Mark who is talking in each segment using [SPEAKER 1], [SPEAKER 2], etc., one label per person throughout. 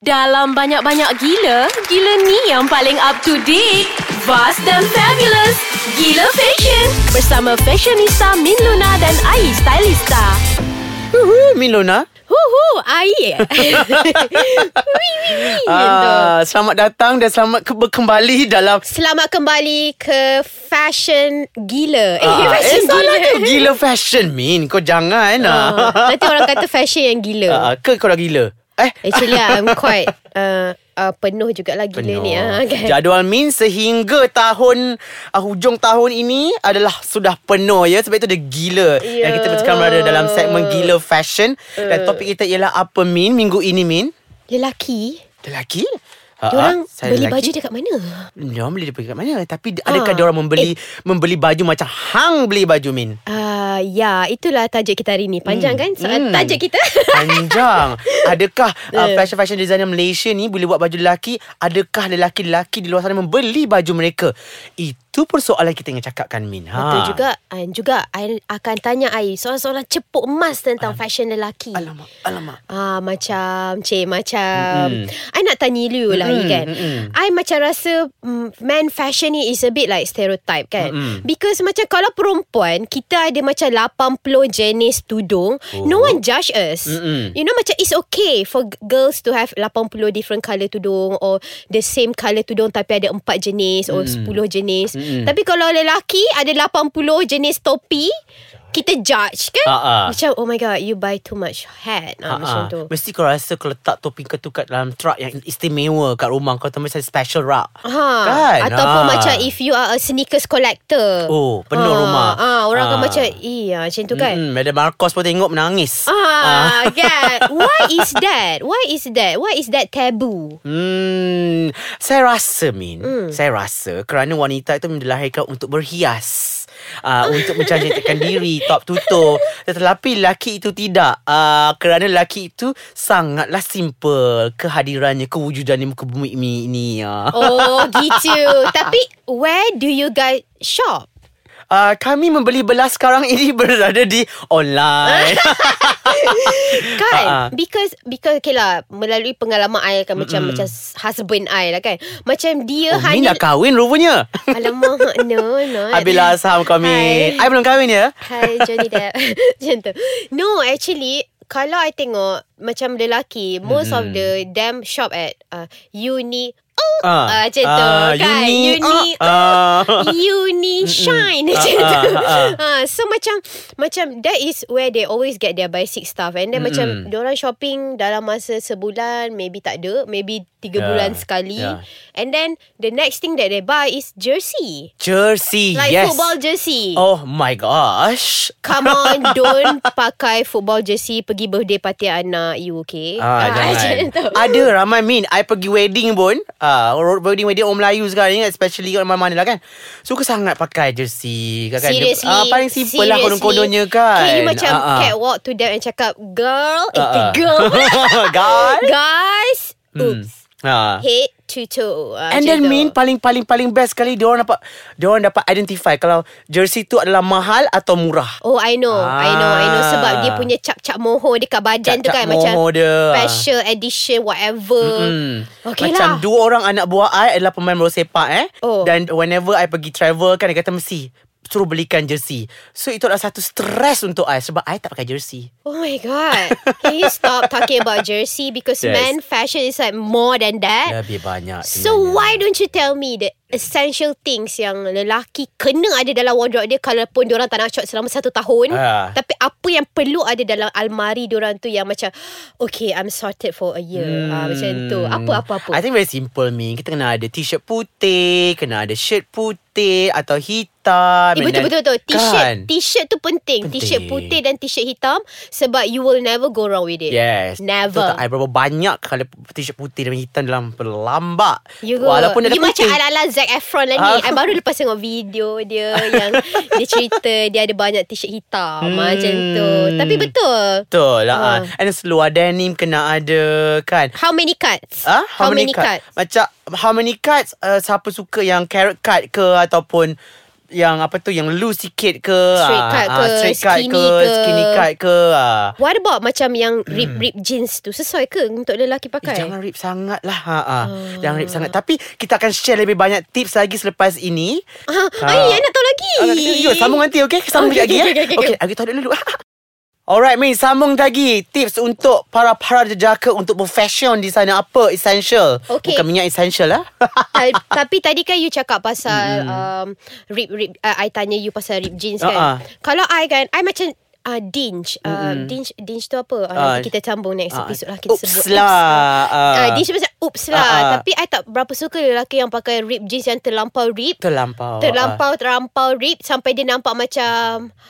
[SPEAKER 1] Dalam banyak-banyak gila, gila ni yang paling up to date. Vast dan fabulous. Gila Fashion. Bersama fashionista Min Luna dan Ai Stylista.
[SPEAKER 2] Uhu, Milona.
[SPEAKER 1] Huhu, Ai. Wee, wee, wee.
[SPEAKER 2] Ah, selamat datang dan selamat ke- berkembali dalam
[SPEAKER 3] Selamat kembali ke fashion gila. Eh,
[SPEAKER 2] Ah,
[SPEAKER 3] fashion
[SPEAKER 2] salah
[SPEAKER 3] gila.
[SPEAKER 2] tu gila fashion Min. Kau jangan. ah.
[SPEAKER 3] Ah, nanti orang kata fashion yang gila.
[SPEAKER 2] Ah, ke kau dah gila? Eh,
[SPEAKER 3] Actually, I'm quite uh, uh, penuh jugalah gila
[SPEAKER 2] penuh.
[SPEAKER 3] ni. ah, kan?
[SPEAKER 2] Jadual Min sehingga tahun uh, hujung tahun ini adalah sudah penuh ya sebab itu dia gila. Dan
[SPEAKER 3] Ya. Eh.
[SPEAKER 2] kita sekarang berada dalam segmen gila fashion dan topik kita ialah apa Min minggu ini Min?
[SPEAKER 3] Lelaki,
[SPEAKER 2] Lelaki? Ah, ah,
[SPEAKER 3] diorang
[SPEAKER 2] saya
[SPEAKER 3] beli
[SPEAKER 2] lelaki.
[SPEAKER 3] baju Ah. dekat mana?
[SPEAKER 2] Diorang beli dekat mana Tapi adakah diorang
[SPEAKER 3] Eh.
[SPEAKER 2] membeli Membeli baju macam Hang beli baju Min
[SPEAKER 3] Ah, ya, itulah tajuk kita hari ni. Panjang kan? So,
[SPEAKER 2] Hmm.
[SPEAKER 3] Tajuk kita.
[SPEAKER 2] Panjang Adakah uh, Fashion-fashion designer Malaysia ni Boleh buat baju lelaki Adakah lelaki-lelaki Di luar sana Membeli baju mereka Itu persoalan kita Yang cakapkan Min ha.
[SPEAKER 3] Betul juga. Dan juga, I akan tanya Ai soalan-soalan cepuk emas tentang fashion lelaki.
[SPEAKER 2] Ah. Alamak Alamak
[SPEAKER 3] Ah macam Cik macam mm-hmm. I nak tanya you lah you
[SPEAKER 2] Mm-mm,
[SPEAKER 3] kan
[SPEAKER 2] mm-mm.
[SPEAKER 3] I macam rasa mm, Man fashion ni is a bit like stereotype kan
[SPEAKER 2] Mm-mm.
[SPEAKER 3] Because macam kalau perempuan Kita ada macam 80 jenis tudung oh. No
[SPEAKER 2] Oh.
[SPEAKER 3] one judge us
[SPEAKER 2] Mm-mm.
[SPEAKER 3] You know macam it's okay For g- girls to have 80 different colour tudung Or the same colour tudung Tapi ada 4 jenis Or 10 jenis
[SPEAKER 2] Mm-mm.
[SPEAKER 3] Tapi kalau lelaki Ada 80 jenis topi kita judge kan
[SPEAKER 2] Ah, ah.
[SPEAKER 3] Macam oh my god You buy too much hat ah,
[SPEAKER 2] Ha-ha.
[SPEAKER 3] Macam tu
[SPEAKER 2] Ha, Mesti kau rasa Kau letak topi kau tu Kat dalam truck Yang istimewa Kat rumah Kau tu macam special rak
[SPEAKER 3] Ha,
[SPEAKER 2] Kan?
[SPEAKER 3] Ataupun
[SPEAKER 2] Ah.
[SPEAKER 3] macam If you are a sneakers collector
[SPEAKER 2] Oh, penuh rumah.
[SPEAKER 3] ah, Orang akan
[SPEAKER 2] Ah. Mm.
[SPEAKER 3] macam Iya macam tu kan
[SPEAKER 2] Mm-mm, Madam Marcos pun tengok menangis
[SPEAKER 3] Ah, kan Why is that? Why is that? Why is that taboo?
[SPEAKER 2] Hmm, saya rasa Min,
[SPEAKER 3] Hmm.
[SPEAKER 2] saya rasa kerana wanita itu dilahirkan untuk berhias. Uh, untuk mencantikkan diri Top tutup Tetapi lelaki itu tidak uh, Kerana lelaki itu Sangatlah simple Kehadirannya Kewujudannya Muka bumi ini, ini uh.
[SPEAKER 3] Oh gitu Tapi Where do you guys shop?
[SPEAKER 2] Uh, Kami membeli belah sekarang ini Berada di online
[SPEAKER 3] Kan
[SPEAKER 2] Ah, ah.
[SPEAKER 3] Because Because okay lah Melalui pengalaman I kan Macam macam husband I lah kan Macam dia
[SPEAKER 2] Oh Min
[SPEAKER 3] hanya
[SPEAKER 2] dah kahwin rupanya
[SPEAKER 3] Alamak No no
[SPEAKER 2] Abilah lah saham kau Min I belum kahwin ya
[SPEAKER 3] Hai Johnny Depp Macam tu No actually Kalau I tengok Macam lelaki Most of the Them shop at uh, Uni Oh
[SPEAKER 2] Ah,
[SPEAKER 3] uh, Macam tu
[SPEAKER 2] ah,
[SPEAKER 3] kan
[SPEAKER 2] uni,
[SPEAKER 3] Uni
[SPEAKER 2] ah, ah.
[SPEAKER 3] Uni Shine Macam
[SPEAKER 2] Ah,
[SPEAKER 3] tu
[SPEAKER 2] ah, ah,
[SPEAKER 3] Ah, So macam Macam that is where They always get their basic stuff And then macam Diorang shopping Dalam masa sebulan Maybe tak ada Maybe tiga
[SPEAKER 2] Yeah,
[SPEAKER 3] bulan sekali
[SPEAKER 2] yeah.
[SPEAKER 3] And then The next thing that they buy Is jersey
[SPEAKER 2] Jersey
[SPEAKER 3] Like
[SPEAKER 2] yes.
[SPEAKER 3] football jersey
[SPEAKER 2] Oh my gosh.
[SPEAKER 3] Come on Don't pakai football jersey Pergi birthday party anak You okay
[SPEAKER 2] Ah,
[SPEAKER 3] macam
[SPEAKER 2] jangan.
[SPEAKER 3] tu.
[SPEAKER 2] Ada ramai min. I pergi wedding pun. Ah, uh, wedding wedding orang Melayu sekarang ni especially orang mana lah kan. Suka sangat pakai jersey kan.
[SPEAKER 3] Seriously
[SPEAKER 2] Ah, paling simple
[SPEAKER 3] seriously.
[SPEAKER 2] lah kodon-kodonnya kan.
[SPEAKER 3] Can you macam
[SPEAKER 2] Ah, ah.
[SPEAKER 3] catwalk to them And cakap Girl uh,
[SPEAKER 2] Ah,
[SPEAKER 3] It's
[SPEAKER 2] ah.
[SPEAKER 3] girl
[SPEAKER 2] Girl.
[SPEAKER 3] Guys
[SPEAKER 2] Hmm.
[SPEAKER 3] Oops
[SPEAKER 2] Ah.
[SPEAKER 3] Head to toe Ah,
[SPEAKER 2] And
[SPEAKER 3] macam
[SPEAKER 2] then
[SPEAKER 3] tu.
[SPEAKER 2] Min paling paling paling best sekali dia orang dapat dia orang dapat identify kalau jersey tu adalah mahal atau murah.
[SPEAKER 3] Oh I know I know I know Sebab
[SPEAKER 2] Ah.
[SPEAKER 3] dia punya cap-cap moho Dekat badan tu
[SPEAKER 2] Cap-cap
[SPEAKER 3] kan Macam
[SPEAKER 2] moho dia. Ah.
[SPEAKER 3] Special edition Whatever
[SPEAKER 2] Hmm.
[SPEAKER 3] Okay
[SPEAKER 2] Macam
[SPEAKER 3] lah
[SPEAKER 2] dua orang anak buah I adalah pemain bola sepak eh.
[SPEAKER 3] Oh.
[SPEAKER 2] Dan whenever I pergi travel kan dia kata mesti suruh belikan jersey. So itu adalah satu stres untuk I sebab I tak pakai jersey.
[SPEAKER 3] Oh my god. Can you stop talking about jersey because
[SPEAKER 2] Yes.
[SPEAKER 3] men fashion is like more than that.
[SPEAKER 2] Lebih
[SPEAKER 3] Eh.
[SPEAKER 2] banyak.
[SPEAKER 3] So why don't you tell me the essential things yang lelaki kena ada dalam wardrobe dia kalaupun diorang tak nak shop selama satu tahun.
[SPEAKER 2] Ah.
[SPEAKER 3] Tapi apa yang perlu ada dalam almari diorang tu yang macam okay I'm sorted for a year. Ah, macam tu. Apa apa apa.
[SPEAKER 2] Hmm. I think very simple Min Kita kena ada t-shirt putih Kena ada shirt putih Atau hitam
[SPEAKER 3] Eh
[SPEAKER 2] and
[SPEAKER 3] betul
[SPEAKER 2] then-
[SPEAKER 3] betul betul. T-shirt
[SPEAKER 2] Kan?
[SPEAKER 3] t-shirt tu penting.
[SPEAKER 2] Penting.
[SPEAKER 3] T-shirt putih dan t-shirt hitam sebab you will never go wrong with it.
[SPEAKER 2] Yes
[SPEAKER 3] Never.
[SPEAKER 2] Betul tak I berapa banyak Kalau t-shirt putih dan hitam Dalam pelambak
[SPEAKER 3] You go.
[SPEAKER 2] Walaupun dia
[SPEAKER 3] you
[SPEAKER 2] dah
[SPEAKER 3] macam
[SPEAKER 2] putih
[SPEAKER 3] ala-ala Zac Efron lah ni.
[SPEAKER 2] Ah.
[SPEAKER 3] I baru lepas tengok video dia yang dia cerita dia ada banyak t-shirt hitam
[SPEAKER 2] Hmm.
[SPEAKER 3] hmm. macam tu. Tapi betul.
[SPEAKER 2] Betul lah uh.
[SPEAKER 3] Ah.
[SPEAKER 2] And seluar denim kena ada kan
[SPEAKER 3] How many cuts?
[SPEAKER 2] Ah,
[SPEAKER 3] How, many, cuts?
[SPEAKER 2] Macam how many cards uh, siapa suka yang carrot card ke ataupun yang apa tu yang loose sikit ke
[SPEAKER 3] Straight
[SPEAKER 2] ah,
[SPEAKER 3] cut
[SPEAKER 2] ah,
[SPEAKER 3] ke,
[SPEAKER 2] straight cut
[SPEAKER 3] skinny
[SPEAKER 2] ke,
[SPEAKER 3] ke.
[SPEAKER 2] skinny cut ke ah.
[SPEAKER 3] What about macam yang rip-rip jeans tu Sesuai ke untuk lelaki
[SPEAKER 2] Hmm. Eh,
[SPEAKER 3] pakai?
[SPEAKER 2] jangan rip sangat lah ha, ha. Jangan rip sangat Tapi kita akan share lebih banyak tips lagi selepas ini
[SPEAKER 3] Ah,
[SPEAKER 2] Ah.
[SPEAKER 3] Ay, I nak tahu lagi
[SPEAKER 2] Ah, Yo, sambung nanti okay Sambung
[SPEAKER 3] Okay,
[SPEAKER 2] okay, lagi
[SPEAKER 3] okay,
[SPEAKER 2] okay,
[SPEAKER 3] okay, okay,
[SPEAKER 2] okay, okay. aku tahu dulu Alright Min Sambung lagi Tips untuk Para-para jejaka Untuk berfashion di sana Apa essential
[SPEAKER 3] Okay.
[SPEAKER 2] Bukan minyak essential lah
[SPEAKER 3] Ta- Tapi tadi kan you cakap pasal um, Rip rip uh, I tanya you pasal rip jeans kan
[SPEAKER 2] Hmm. Ah, ah.
[SPEAKER 3] Kalau I kan I macam uh, dinge uh, Dinge Dinge tu apa uh,
[SPEAKER 2] Ah.
[SPEAKER 3] Nanti kita sambung next
[SPEAKER 2] Ah,
[SPEAKER 3] episode lah Kita
[SPEAKER 2] Oops
[SPEAKER 3] sebut
[SPEAKER 2] lah
[SPEAKER 3] Oops.
[SPEAKER 2] Ah.
[SPEAKER 3] Uh, dinge macam oops lah
[SPEAKER 2] Ah, ah.
[SPEAKER 3] Tapi I tak berapa suka lelaki yang pakai rip jeans Yang terlampau rip
[SPEAKER 2] Terlampau
[SPEAKER 3] Terlampau Terlampau rip Sampai dia nampak macam
[SPEAKER 2] ah.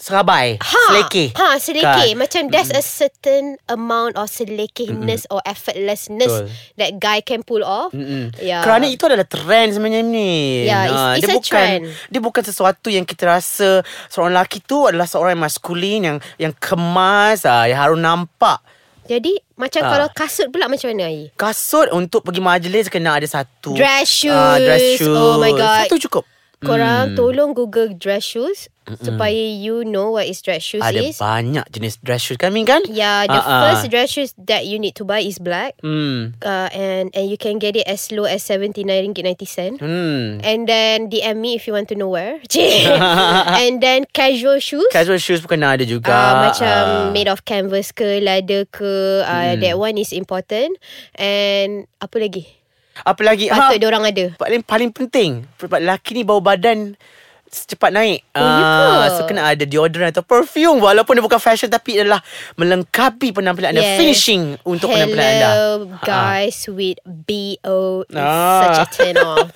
[SPEAKER 2] Serabai
[SPEAKER 3] Ha,
[SPEAKER 2] Selekeh Kan?
[SPEAKER 3] Ha, selekeh. Macam there's a certain amount of selekehness or effortlessness
[SPEAKER 2] Betul.
[SPEAKER 3] that guy can pull off.
[SPEAKER 2] Mm-mm.
[SPEAKER 3] Yeah.
[SPEAKER 2] Ya. Kerana itu adalah trend sebenarnya ni.
[SPEAKER 3] Yeah, Ya. it's-
[SPEAKER 2] Ah,
[SPEAKER 3] it's
[SPEAKER 2] dia
[SPEAKER 3] a
[SPEAKER 2] bukan
[SPEAKER 3] trend.
[SPEAKER 2] dia bukan sesuatu yang kita rasa seorang lelaki tu adalah seorang yang maskulin yang yang kemas ah yang harus nampak.
[SPEAKER 3] Jadi, macam
[SPEAKER 2] Ah.
[SPEAKER 3] kalau kasut pula macam mana, Ayi?
[SPEAKER 2] Kasut untuk pergi majlis kena ada satu.
[SPEAKER 3] Dress
[SPEAKER 2] Ah, dress
[SPEAKER 3] shoes. Oh
[SPEAKER 2] shoes.
[SPEAKER 3] my God.
[SPEAKER 2] Satu cukup. Hmm.
[SPEAKER 3] Korang tolong Google dress shoes supaya you know what is dress shoes
[SPEAKER 2] Ada
[SPEAKER 3] is.
[SPEAKER 2] banyak jenis dress shoes kan Min kan?
[SPEAKER 3] Yeah, the
[SPEAKER 2] Ah, ah.
[SPEAKER 3] first dress shoes that you need to buy is black.
[SPEAKER 2] Hmm.
[SPEAKER 3] Uh, and and you can get it as low as RM79.90.
[SPEAKER 2] Hmm.
[SPEAKER 3] And then DM me if you want to know where. and then casual shoes.
[SPEAKER 2] Casual shoes pun kena ada juga.
[SPEAKER 3] uh, macam
[SPEAKER 2] Ah.
[SPEAKER 3] made of canvas ke leather ke uh,
[SPEAKER 2] Hmm.
[SPEAKER 3] that one is important and apa lagi
[SPEAKER 2] apa lagi?
[SPEAKER 3] patut
[SPEAKER 2] Ha,
[SPEAKER 3] dia orang ada
[SPEAKER 2] paling paling penting sebab lelaki ni bau badan cepat naik.
[SPEAKER 3] Oh, ya ke?
[SPEAKER 2] Ah, so kena ada deodorant atau perfume walaupun dia bukan fashion tapi adalah melengkapi penampilan anda,
[SPEAKER 3] Yes.
[SPEAKER 2] finishing untuk
[SPEAKER 3] Hello,
[SPEAKER 2] penampilan anda. Ha,
[SPEAKER 3] guys with BO is
[SPEAKER 2] Ah.
[SPEAKER 3] such a turn off.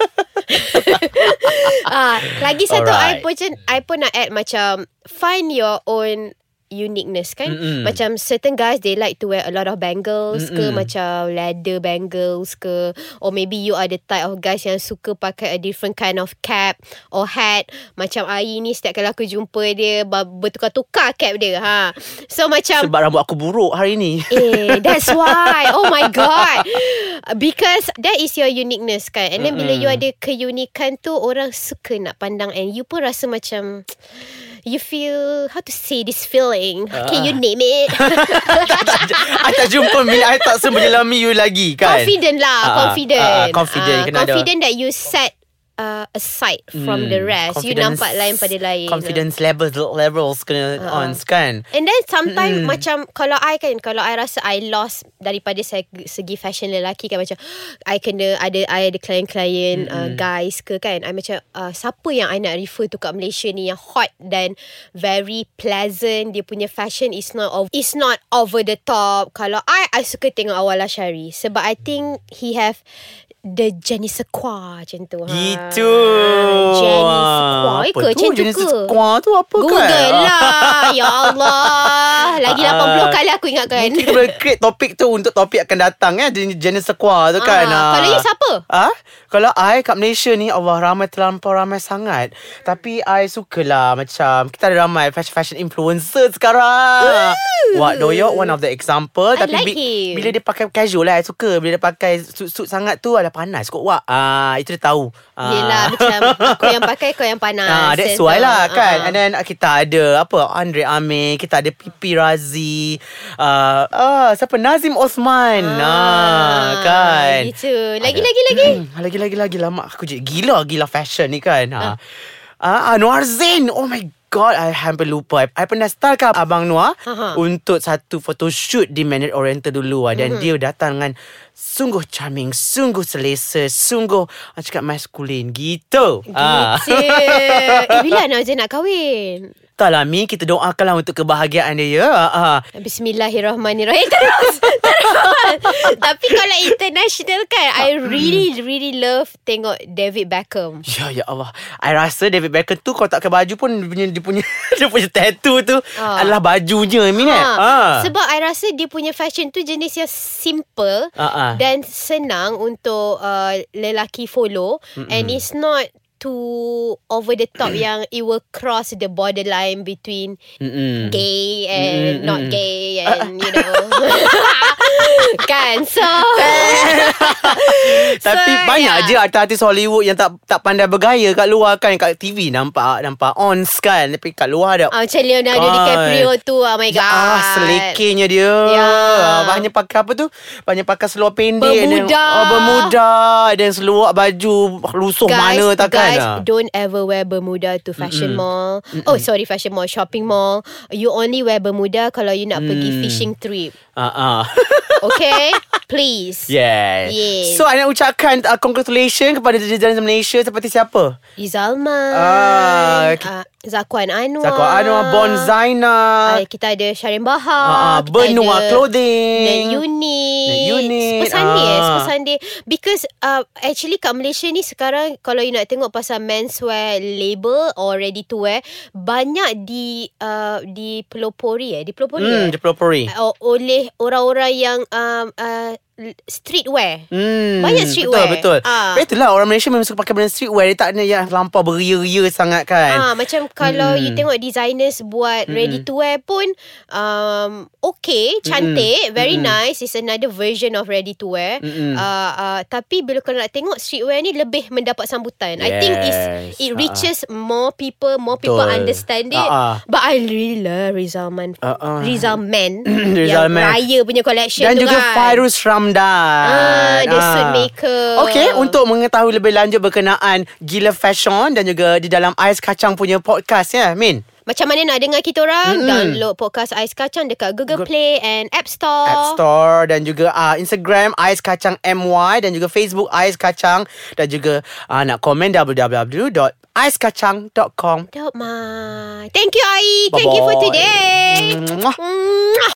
[SPEAKER 3] ah, lagi satu I
[SPEAKER 2] Alright.
[SPEAKER 3] pun macam- I pun nak add macam find your own uniqueness kan
[SPEAKER 2] Mm-mm.
[SPEAKER 3] macam certain guys they like to wear a lot of bangles ke
[SPEAKER 2] Mm-mm.
[SPEAKER 3] macam leather bangles ke or maybe you are the type of guys yang suka pakai a different kind of cap or hat macam Ai ni setiap kali aku jumpa dia ba- bertukar-tukar cap dia ha so macam
[SPEAKER 2] Sebab rambut aku buruk hari ni.
[SPEAKER 3] Eh, that's why. Oh my god. Because that is your uniqueness kan. And then bila you ada keunikan tu orang suka nak pandang and you pun rasa macam you feel how to say this feeling.
[SPEAKER 2] Ah.
[SPEAKER 3] Can you name it?
[SPEAKER 2] Kan? I tak jumpa bila I tak semenyelami you lagi kan.
[SPEAKER 3] confident lah,
[SPEAKER 2] Ah, ah,
[SPEAKER 3] confident.
[SPEAKER 2] ah, ah, confident.
[SPEAKER 3] Ah,
[SPEAKER 2] Kena ada-
[SPEAKER 3] confident that you set uh, aside from
[SPEAKER 2] Hmm,
[SPEAKER 3] the rest. You
[SPEAKER 2] confidence-
[SPEAKER 3] nampak lain pada lain. eh.
[SPEAKER 2] Confidence level levels kena
[SPEAKER 3] Ah, ah.
[SPEAKER 2] on kan.
[SPEAKER 3] And then sometimes mm. macam kalau I kan kalau I rasa I lost daripada seg- segi fashion lelaki kan macam I kena ada I ada klien-klien uh, guys ke kan I macam uh, siapa yang I nak refer to kat Malaysia ni yang hot dan very pleasant dia punya fashion is not ov- is not over the top kalau I I suka tengok Awal Ashari sebab I think he have the Jenny Sequa macam tu ha.
[SPEAKER 2] Gitu.
[SPEAKER 3] Jenny Sequa Eh
[SPEAKER 2] Apa
[SPEAKER 3] ke
[SPEAKER 2] tu?
[SPEAKER 3] macam tu
[SPEAKER 2] Jenis
[SPEAKER 3] ke
[SPEAKER 2] sekuang tu apa
[SPEAKER 3] Google
[SPEAKER 2] kan? Ah.
[SPEAKER 3] lah Ya Allah Lagi
[SPEAKER 2] Ah,
[SPEAKER 3] 80 kali aku ingatkan
[SPEAKER 2] Kita boleh create topik tu Untuk topik akan datang eh Jenis, jenis sekuar tu kan
[SPEAKER 3] Ah, kalau you siapa?
[SPEAKER 2] Ah, Kalau I kat Malaysia ni Allah ramai terlampau ramai sangat Tapi I sukalah macam Kita ada ramai fashion-fashion influencer sekarang Wak Doyok one of the example
[SPEAKER 3] I
[SPEAKER 2] Tapi
[SPEAKER 3] like him.
[SPEAKER 2] bila dia pakai casual lah I suka Bila dia pakai suit-suit sangat tu Alah panas kot Wak ah, Itu dia tahu ah.
[SPEAKER 3] Yelah macam Aku yang pakai Kau yang panas
[SPEAKER 2] Ah, that's
[SPEAKER 3] Sense
[SPEAKER 2] why
[SPEAKER 3] ah,
[SPEAKER 2] lah kan.
[SPEAKER 3] ah.
[SPEAKER 2] And then uh, kita ada apa Andre Amir, kita ada Pipi Razi, uh, ah siapa Nazim Osman. Ah, kan.
[SPEAKER 3] Gitu Lagi lagi lagi
[SPEAKER 2] Hmm, lagi lagi lagi lama aku je gila gila fashion ni kan. Ha.
[SPEAKER 3] Hmm.
[SPEAKER 2] Ah, Anwar Zain. Oh my God, I hampir lupa. I, I pernah start kan Abang Noah
[SPEAKER 3] Aha.
[SPEAKER 2] untuk satu photoshoot di Mandarin Oriental dulu. ah.
[SPEAKER 3] Hmm.
[SPEAKER 2] Dan dia datang dengan sungguh charming, sungguh selesa, sungguh ah, cakap maskulin gitu. Ah.
[SPEAKER 3] Gitu Eh bila Nauzin nak kahwin
[SPEAKER 2] Tak lah Mi Kita doakanlah untuk kebahagiaan dia ya uh,
[SPEAKER 3] Bismillahirrahmanirrahim Eh, Terus Terus Tapi kalau international kan I
[SPEAKER 2] Ah, hmm.
[SPEAKER 3] really really love Tengok David Beckham
[SPEAKER 2] Ya ya Allah I rasa David Beckham tu Kalau tak pakai baju pun Dia punya Dia punya, dia punya tattoo tu
[SPEAKER 3] Ah.
[SPEAKER 2] Adalah bajunya Mi kan
[SPEAKER 3] Ha,
[SPEAKER 2] Ah.
[SPEAKER 3] Sebab I rasa dia punya fashion tu jenis yang simple
[SPEAKER 2] Ah, ah.
[SPEAKER 3] dan senang untuk uh, lelaki follow Mm-mm. and it's not too over the top yang it will cross the borderline between
[SPEAKER 2] Mm-mm.
[SPEAKER 3] gay and
[SPEAKER 2] Mm-mm. Ah,
[SPEAKER 3] not gay and you know kan so
[SPEAKER 2] Tapi
[SPEAKER 3] So, ya.
[SPEAKER 2] banyak
[SPEAKER 3] yeah.
[SPEAKER 2] je artis-artis Hollywood yang tak tak pandai bergaya kat luar kan kat TV nampak nampak ons kan tapi kat luar ada
[SPEAKER 3] Ah, macam Leonardo
[SPEAKER 2] Kan.
[SPEAKER 3] DiCaprio tu Oh my god
[SPEAKER 2] Ah, selekehnya dia.
[SPEAKER 3] Ya.
[SPEAKER 2] Ah, Hanya pakai apa tu? Banyak pakai seluar pendek.
[SPEAKER 3] Bermuda.
[SPEAKER 2] Dan, oh, bermuda. Dan seluar baju lusuh
[SPEAKER 3] Guys,
[SPEAKER 2] Oh, mana takkan.
[SPEAKER 3] guys,
[SPEAKER 2] ah.
[SPEAKER 3] don't ever wear Bermuda to fashion mall. Oh, sorry, fashion mall, shopping mall. You only wear Bermuda kalau you
[SPEAKER 2] Hmm.
[SPEAKER 3] nak pergi fishing trip.
[SPEAKER 2] Ah, ah.
[SPEAKER 3] Okay? Please.
[SPEAKER 2] yeah.
[SPEAKER 3] Yes.
[SPEAKER 2] So, I nak ucapkan uh, congratulations kepada jajaran Malaysia seperti siapa?
[SPEAKER 3] Izalman.
[SPEAKER 2] Ah, ki-
[SPEAKER 3] ah, Zakuan Anwar.
[SPEAKER 2] Zakwa Anwar, Bon Zaina,
[SPEAKER 3] Ah, kita ada Sharin
[SPEAKER 2] ah, ah,
[SPEAKER 3] Bahar. kita
[SPEAKER 2] Benua
[SPEAKER 3] ada
[SPEAKER 2] Clothing.
[SPEAKER 3] Dan unit
[SPEAKER 2] Dan unit,
[SPEAKER 3] Sepuluh Sunday eh
[SPEAKER 2] ah.
[SPEAKER 3] Sepuluh Sunday Because uh, Actually kat Malaysia ni Sekarang Kalau you nak tengok Pasal menswear label Or ready to wear Banyak di uh, Di pelopori eh Di pelopori
[SPEAKER 2] Hmm,
[SPEAKER 3] eh
[SPEAKER 2] Jepulopori.
[SPEAKER 3] O- Oleh orang-orang yang um, uh, Streetwear
[SPEAKER 2] Hmm,
[SPEAKER 3] Banyak streetwear.
[SPEAKER 2] Betul, betul.
[SPEAKER 3] Ah.
[SPEAKER 2] Ah. Itulah orang Malaysia memang suka pakai benda streetwear. Dia tak ada yang lampau beria-ria sangat kan.
[SPEAKER 3] Ah, macam kalau
[SPEAKER 2] Hmm.
[SPEAKER 3] you tengok designers buat ready to wear pun um, okay,
[SPEAKER 2] Hmm.
[SPEAKER 3] cantik, very nice. It's another version of ready to wear.
[SPEAKER 2] Mm-mm.
[SPEAKER 3] Uh, uh, tapi bila kalau nak tengok streetwear ni lebih mendapat sambutan. I think it's
[SPEAKER 2] Yes.
[SPEAKER 3] it
[SPEAKER 2] Ah, ah.
[SPEAKER 3] reaches more people, more people
[SPEAKER 2] Betul.
[SPEAKER 3] understand it.
[SPEAKER 2] Ah, ah.
[SPEAKER 3] But I really love Rizal Man.
[SPEAKER 2] Ah, ah.
[SPEAKER 3] Rizal Man
[SPEAKER 2] Rizal
[SPEAKER 3] yang
[SPEAKER 2] Man.
[SPEAKER 3] Raya punya collection
[SPEAKER 2] Dan
[SPEAKER 3] tu
[SPEAKER 2] juga
[SPEAKER 3] kan.
[SPEAKER 2] Fairuz Ramdan.
[SPEAKER 3] Ah, dia suit maker.
[SPEAKER 2] Okey, untuk mengetahui lebih lanjut berkenaan Gila Fashion dan juga di dalam Ais Kacang punya podcast ya, Min.
[SPEAKER 3] Macam mana nak dengar kita orang? Download podcast Ais Kacang dekat Google Play and App Store.
[SPEAKER 2] App Store dan juga uh, Instagram Ais Kacang MY dan juga Facebook Ais Kacang dan juga uh, nak komen www.aiskacang.com.
[SPEAKER 3] Don't mind. Thank you, Ai. Thank you for
[SPEAKER 2] Bye-bye.
[SPEAKER 3] today.
[SPEAKER 2] Mwah.
[SPEAKER 3] Mwah.